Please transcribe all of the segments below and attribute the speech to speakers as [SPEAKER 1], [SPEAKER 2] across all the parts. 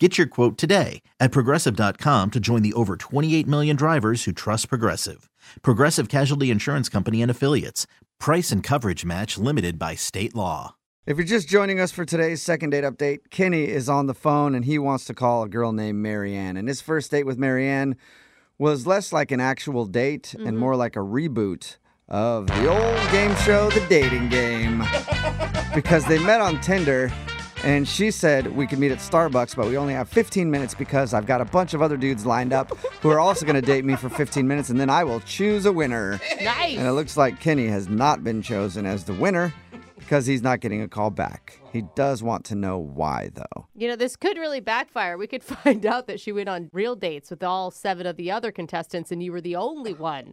[SPEAKER 1] Get your quote today at progressive.com to join the over 28 million drivers who trust Progressive. Progressive Casualty Insurance Company and Affiliates. Price and coverage match limited by state law.
[SPEAKER 2] If you're just joining us for today's second date update, Kenny is on the phone and he wants to call a girl named Marianne. And his first date with Marianne was less like an actual date and more like a reboot of the old game show, The Dating Game. because they met on Tinder and she said we could meet at Starbucks, but we only have 15 minutes because I've got a bunch of other dudes lined up who are also going to date me for 15 minutes and then I will choose a winner.
[SPEAKER 3] Nice.
[SPEAKER 2] And it looks like Kenny has not been chosen as the winner because he's not getting a call back. He does want to know why, though.
[SPEAKER 3] You know, this could really backfire. We could find out that she went on real dates with all seven of the other contestants, and you were the only one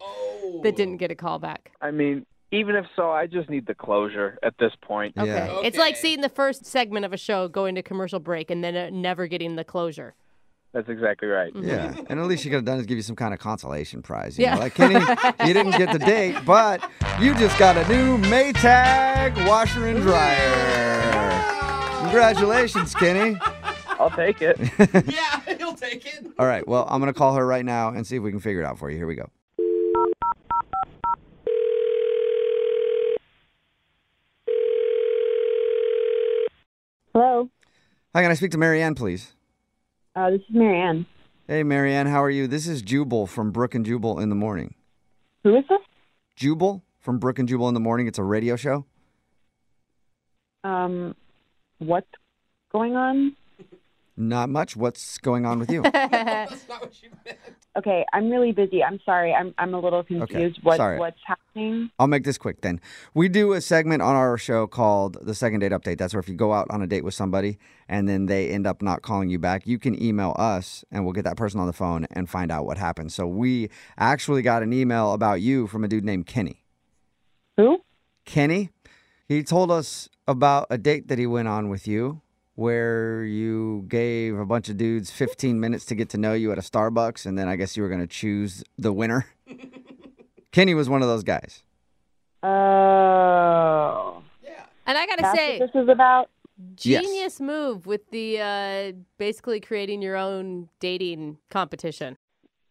[SPEAKER 3] that didn't get a call back.
[SPEAKER 4] I mean, even if so, I just need the closure at this point.
[SPEAKER 2] Yeah.
[SPEAKER 3] Okay. It's like seeing the first segment of a show going to commercial break and then uh, never getting the closure.
[SPEAKER 4] That's exactly right.
[SPEAKER 2] Yeah. And at least she could have done is give you some kind of consolation prize. You
[SPEAKER 3] Yeah.
[SPEAKER 2] Know? Like, Kenny, you didn't get the date, but you just got a new Maytag washer and dryer. Congratulations, Kenny.
[SPEAKER 4] I'll take it.
[SPEAKER 5] Yeah, he'll take it.
[SPEAKER 2] All right. Well, I'm going to call her right now and see if we can figure it out for you. Here we go.
[SPEAKER 6] Hello.
[SPEAKER 2] Hi, can I speak to Marianne, please?
[SPEAKER 6] Uh, this is Marianne.
[SPEAKER 2] Hey, Marianne, how are you? This is Jubal from Brook and Jubal in the Morning.
[SPEAKER 6] Who is this?
[SPEAKER 2] Jubal from Brook and Jubal in the Morning. It's a radio show.
[SPEAKER 6] Um, what's going on?
[SPEAKER 2] Not much. What's going on with you?
[SPEAKER 6] Okay, I'm really busy. I'm sorry. I'm I'm a little confused. what
[SPEAKER 2] sorry.
[SPEAKER 6] what's happening?
[SPEAKER 2] I'll make this quick then. We do a segment on our show called the Second Date Update. That's where if you go out on a date with somebody and then they end up not calling you back, you can email us and we'll get that person on the phone and find out what happened. So we actually got an email about you from a dude named Kenny.
[SPEAKER 6] Who?
[SPEAKER 2] Kenny, he told us about a date that he went on with you where you gave a bunch of dudes 15 minutes to get to know you at a Starbucks and then I guess you were going to choose the winner. Kenny was one of those guys.
[SPEAKER 6] Oh,
[SPEAKER 3] And I got to
[SPEAKER 6] that's
[SPEAKER 3] say,
[SPEAKER 6] what this is about.
[SPEAKER 2] Yes.
[SPEAKER 3] genius move with the uh, basically creating your own dating competition.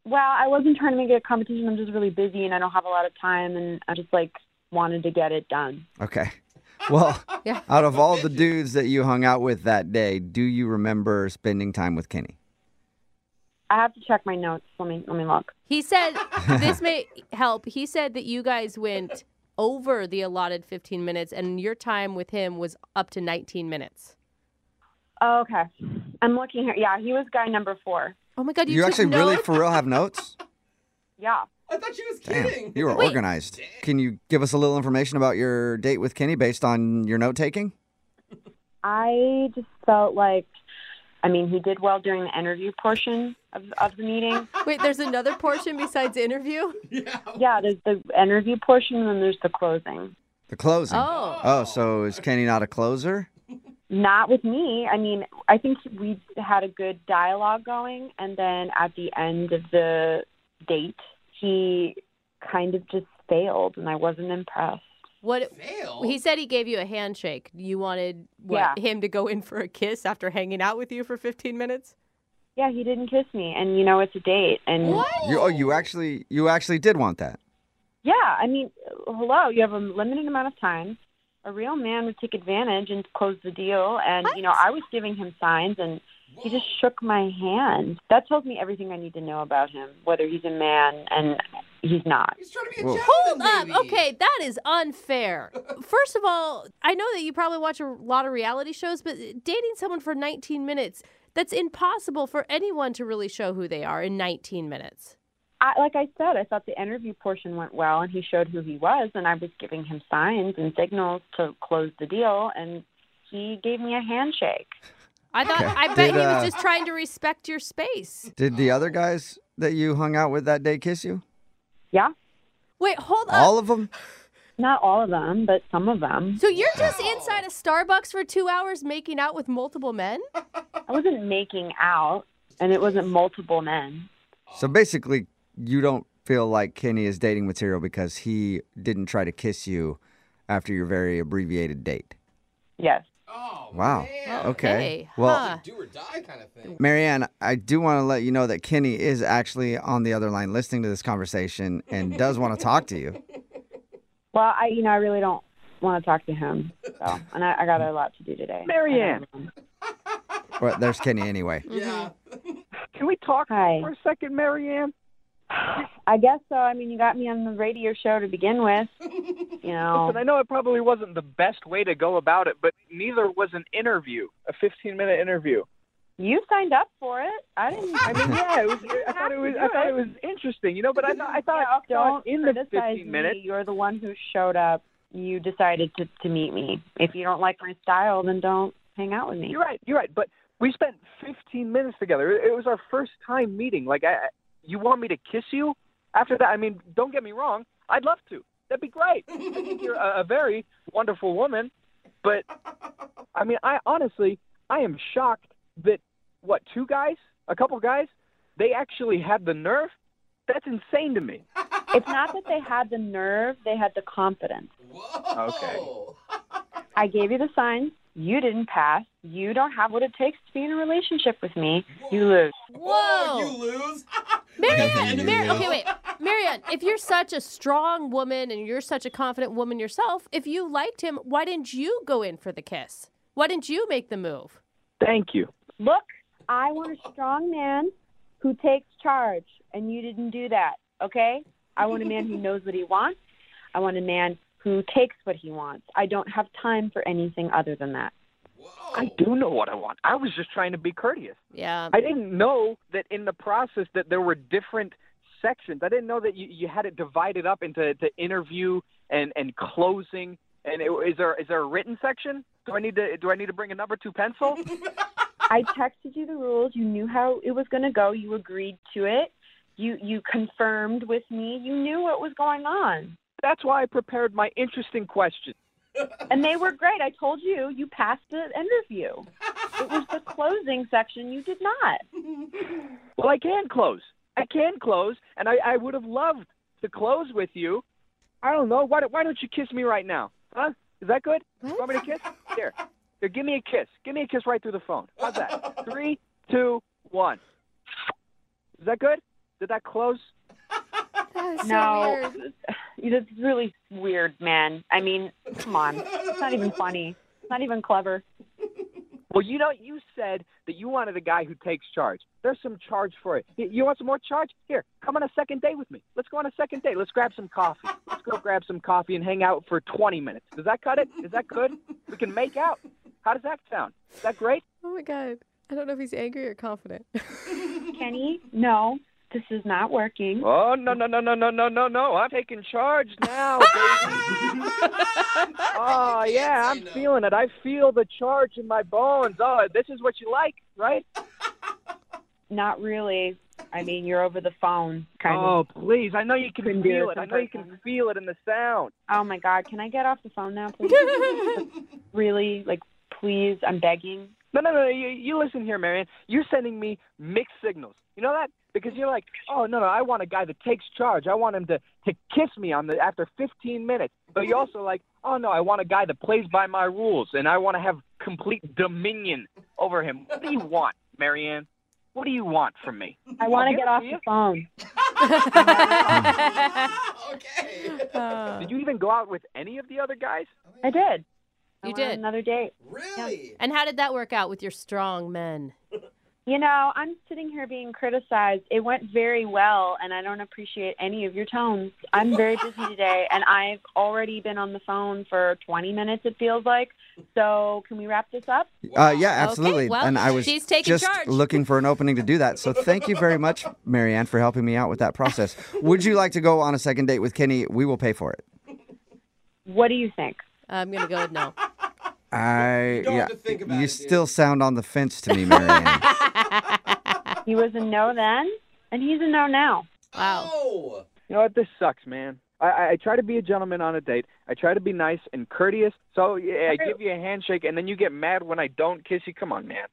[SPEAKER 6] Well, I wasn't trying to make it a competition. I'm just really busy and I don't have a lot of time, and I just like wanted to get it done.
[SPEAKER 2] Okay. Well,
[SPEAKER 3] Yeah.
[SPEAKER 2] out of all the dudes that you hung out with that day, do you remember spending time with Kenny?
[SPEAKER 6] I have to check my notes. Let me let me look.
[SPEAKER 3] He said, this may help. He said that you guys went over the allotted 15 minutes and your time with him was up to 19 minutes.
[SPEAKER 6] Oh, okay, I'm looking here. Yeah, he was guy number four.
[SPEAKER 3] Oh my God, you,
[SPEAKER 2] you
[SPEAKER 3] took
[SPEAKER 2] actually really
[SPEAKER 3] notes?
[SPEAKER 2] for real have notes?
[SPEAKER 6] Yeah.
[SPEAKER 5] I thought she was
[SPEAKER 2] Damn,
[SPEAKER 5] kidding.
[SPEAKER 2] you are
[SPEAKER 3] Wait.
[SPEAKER 2] organized. Can you give us a little information about your date with Kenny based on your note taking?
[SPEAKER 6] I just felt like, I mean, he did well during the interview portion of, of the meeting.
[SPEAKER 3] Wait, there's another portion besides interview?
[SPEAKER 6] Yeah, there's the interview portion, and then there's the closing.
[SPEAKER 2] The closing.
[SPEAKER 3] Oh.
[SPEAKER 2] Oh, so is Kenny not a closer?
[SPEAKER 6] Not with me. I mean, I think we had a good dialogue going, and then at the end of the date, he kind of just failed, and I wasn't impressed.
[SPEAKER 3] What
[SPEAKER 5] Fail.
[SPEAKER 3] he said he gave you a handshake. You wanted what,
[SPEAKER 6] Yeah.
[SPEAKER 3] him to go in for a kiss after hanging out with you for 15 minutes?
[SPEAKER 6] Yeah, he didn't kiss me, and you know it's a date, and
[SPEAKER 2] You, oh, you actually you actually did want that.
[SPEAKER 6] yeah, I mean, hello, you have a limited amount of time. A real man would take advantage and close the deal, and you know I was giving him signs, and He just shook my hand. That tells me everything I need to know about him, whether he's a man and he's not.
[SPEAKER 5] He's trying to be a
[SPEAKER 2] Whoa.
[SPEAKER 3] Hold
[SPEAKER 5] gentleman.
[SPEAKER 3] up.
[SPEAKER 5] maybe.
[SPEAKER 3] Okay, that is unfair. First of all, I know that you probably watch a lot of reality shows, but dating someone for 19 minutes, that's impossible for anyone to really show who they are in 19 minutes.
[SPEAKER 6] I, like I said, I thought the interview portion went well, and he showed who he was, and I was giving him signs and signals to close the deal, and he gave me a handshake.
[SPEAKER 3] I thought
[SPEAKER 2] Okay.
[SPEAKER 3] I bet
[SPEAKER 2] Did,
[SPEAKER 3] he
[SPEAKER 2] uh,
[SPEAKER 3] was just trying to respect your space.
[SPEAKER 2] Did the other guys that you hung out with that day kiss you?
[SPEAKER 6] Yeah,
[SPEAKER 3] Wait, hold up.
[SPEAKER 2] All of them?
[SPEAKER 6] Not all of them, but some of them.
[SPEAKER 3] So you're just inside a Starbucks for two hours making out with multiple men?
[SPEAKER 6] I wasn't making out, and it wasn't multiple men.
[SPEAKER 2] So basically, you don't feel like Kenny is dating material because he didn't try to kiss you after your very abbreviated date.
[SPEAKER 6] Yes.
[SPEAKER 5] Oh,
[SPEAKER 2] Wow.
[SPEAKER 5] Man.
[SPEAKER 2] Okay.
[SPEAKER 3] Okay.
[SPEAKER 2] Well,
[SPEAKER 3] Huh.
[SPEAKER 5] Do or die kind of thing.
[SPEAKER 2] Marianne, I do want to let you know that Kenny is actually on the other line listening to this conversation and does want to talk to you.
[SPEAKER 6] Well, I, you know, I really don't want to talk to him. So, and I, I got a lot to do today. Um,
[SPEAKER 4] Marianne.
[SPEAKER 6] I don't know.
[SPEAKER 2] Well, there's Kenny anyway.
[SPEAKER 5] Yeah.
[SPEAKER 4] Can we talk
[SPEAKER 6] Hi.
[SPEAKER 4] for a second, Marianne?
[SPEAKER 6] I guess so. I mean, you got me on the radio show to begin with. You know,
[SPEAKER 4] Listen, I know it probably wasn't the best way to go about it, but neither was an interview, a 15 minute interview.
[SPEAKER 6] you signed up for it. I didn't.
[SPEAKER 4] I mean, yeah, it was, I thought it was, I thought it was interesting, you know, but I thought, I thought, I
[SPEAKER 6] don't
[SPEAKER 4] thought in the
[SPEAKER 6] criticize
[SPEAKER 4] 15 minutes,
[SPEAKER 6] me. You're the one who showed up. You decided to, to meet me. If you don't like my style, then don't hang out with me.
[SPEAKER 4] You're right. You're right. But we spent 15 minutes together. It it was our first time meeting. Like, I, I- you want me to kiss you? After that, I mean, don't get me wrong. I'd love to. That'd be great. I think you're a, a very wonderful woman. But I mean, I honestly, I am shocked that what two guys, a couple guys, they actually had the nerve. That's insane to me.
[SPEAKER 6] It's not that they had the nerve; they had the confidence.
[SPEAKER 5] Whoa.
[SPEAKER 6] I gave you the signs. You didn't pass. You don't have what it takes to be in a relationship with me. You lose.
[SPEAKER 5] Oh, you
[SPEAKER 3] Whoa.
[SPEAKER 5] lose.
[SPEAKER 3] Marianne, Mar-
[SPEAKER 5] Yeah.
[SPEAKER 3] okay, wait. Marianne, if you're such a strong woman and you're such a confident woman yourself, if you liked him, why didn't you go in for the kiss? Why didn't you make the move?
[SPEAKER 4] Thank you.
[SPEAKER 6] Look, I want a strong man who takes charge, and you didn't do that, okay? I want a man who knows what he wants. I want a man who takes what he wants. I don't have time for anything other than that.
[SPEAKER 4] I do know what I want. I was just trying to be courteous.
[SPEAKER 3] Yeah.
[SPEAKER 4] I didn't know that in the process that there were different sections. I didn't know that you, you had it divided up into to interview and and closing. And it, is there is there a written section? Do I need to do I need to bring a number two pencil?
[SPEAKER 6] I texted you the rules. You knew how it was going to go. You agreed to it. You you confirmed with me. You knew what was going on.
[SPEAKER 4] That's why I prepared my interesting questions.
[SPEAKER 6] And they were great. I told you, you passed the interview. It was the closing section. You did not.
[SPEAKER 4] Well, I can close. I can close, and I, I would have loved to close with you. I don't know. Why, don't- why don't you kiss me right now? Huh? Is that good? You want me to kiss? Here. Here, give me a kiss. Give me a kiss right through the phone. How's that? Three, two, one. Is that good? Did that close?
[SPEAKER 3] That is
[SPEAKER 6] no, that's really weird, man. I mean, come on. It's not even funny. It's not even clever.
[SPEAKER 4] Well, you know, you said that you wanted a guy who takes charge. There's some charge for it. Y- You want some more charge? Here, come on a second date with me. Let's go on a second date. Let's grab some coffee. Let's go grab some coffee and hang out for 20 minutes. Does that cut it? Is that good? We can make out. How does that sound? Is that great?
[SPEAKER 3] Oh my god. I don't know if he's angry or confident.
[SPEAKER 6] Kenny, no, this is not working.
[SPEAKER 4] Oh no no no no no no no no! I'm taking charge now, baby. oh yeah, I'm feeling it. I feel the charge in my bones. Oh, this is what you like, right?
[SPEAKER 6] Not really. I mean, you're over the phone, kind of.
[SPEAKER 4] Oh please, I know you can
[SPEAKER 6] Couldn't do
[SPEAKER 4] feel
[SPEAKER 6] this
[SPEAKER 4] it. I
[SPEAKER 6] in
[SPEAKER 4] know you
[SPEAKER 6] person.
[SPEAKER 4] can feel it in the sound.
[SPEAKER 6] Oh my God, can I get off the phone now, please? really, like, please, I'm begging.
[SPEAKER 4] No no no, you, you listen here, Marion. You're sending me mixed signals. You know that because you're like, oh no no, I want a guy that takes charge. I want him to to kiss me on the after 15 minutes. But you're also like, oh no, I want a guy that plays by my rules and I want to have complete dominion over him. What do you want, Marianne? What do you want from me?
[SPEAKER 6] I want
[SPEAKER 4] I'll
[SPEAKER 6] to
[SPEAKER 4] give
[SPEAKER 6] get
[SPEAKER 4] it
[SPEAKER 6] off
[SPEAKER 4] to
[SPEAKER 6] the
[SPEAKER 4] you.
[SPEAKER 6] phone.
[SPEAKER 5] okay.
[SPEAKER 3] Uh,
[SPEAKER 4] Did you even go out with any of the other guys?
[SPEAKER 6] I did. I
[SPEAKER 3] You
[SPEAKER 6] went
[SPEAKER 3] did.
[SPEAKER 6] on another date.
[SPEAKER 5] Really?
[SPEAKER 3] and how did that work out with your strong men?
[SPEAKER 6] You know, I'm sitting here being criticized. It went very well, and I don't appreciate any of your tones. I'm very busy today, and I've already been on the phone for 20 minutes, it feels like. So, can we wrap this up?
[SPEAKER 2] Uh, yeah, absolutely.
[SPEAKER 3] well,
[SPEAKER 2] and I was
[SPEAKER 3] she's taking
[SPEAKER 2] just
[SPEAKER 3] charge.
[SPEAKER 2] looking for an opening to do that. So thank you very much, Marianne, for helping me out with that process. Would you like to go on a second date with Kenny? We will pay for it.
[SPEAKER 6] What do you think?
[SPEAKER 3] I'm gonna go with no.
[SPEAKER 2] I
[SPEAKER 5] don't
[SPEAKER 2] yeah,
[SPEAKER 5] have to think about
[SPEAKER 2] you
[SPEAKER 5] it, dude.
[SPEAKER 2] still sound on the fence to me, Marianne.
[SPEAKER 6] He was a no then, and he's a no now.
[SPEAKER 3] Wow.
[SPEAKER 5] Oh.
[SPEAKER 4] You know what? This sucks, man. I- I, I try to be a gentleman on a date. I try to be nice and courteous. So yeah, I
[SPEAKER 6] True.
[SPEAKER 4] give you a handshake, and then you get mad when I don't kiss you. Come on, man.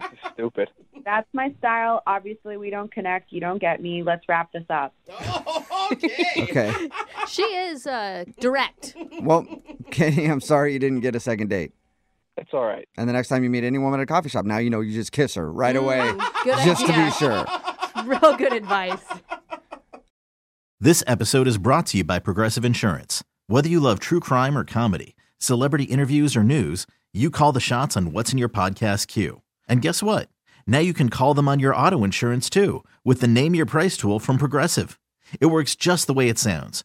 [SPEAKER 4] You're stupid.
[SPEAKER 6] That's my style. Obviously, we don't connect. You don't get me. Let's wrap this up.
[SPEAKER 5] Oh, okay.
[SPEAKER 2] Okay.
[SPEAKER 3] She is uh, direct.
[SPEAKER 2] Well, Kenny, I'm sorry you didn't get a second date.
[SPEAKER 4] It's all right.
[SPEAKER 2] And the next time you meet any woman at a coffee shop, now you know you just kiss her right away,
[SPEAKER 3] Mm-hmm. Good
[SPEAKER 2] just to
[SPEAKER 3] idea.
[SPEAKER 2] be sure.
[SPEAKER 3] Real good advice.
[SPEAKER 1] This episode is brought to you by Progressive Insurance. Whether you love true crime or comedy, celebrity interviews or news, you call the shots on what's in your podcast queue. And guess what? Now you can call them on your auto insurance too with the Name Your Price tool from Progressive. It works just the way it sounds.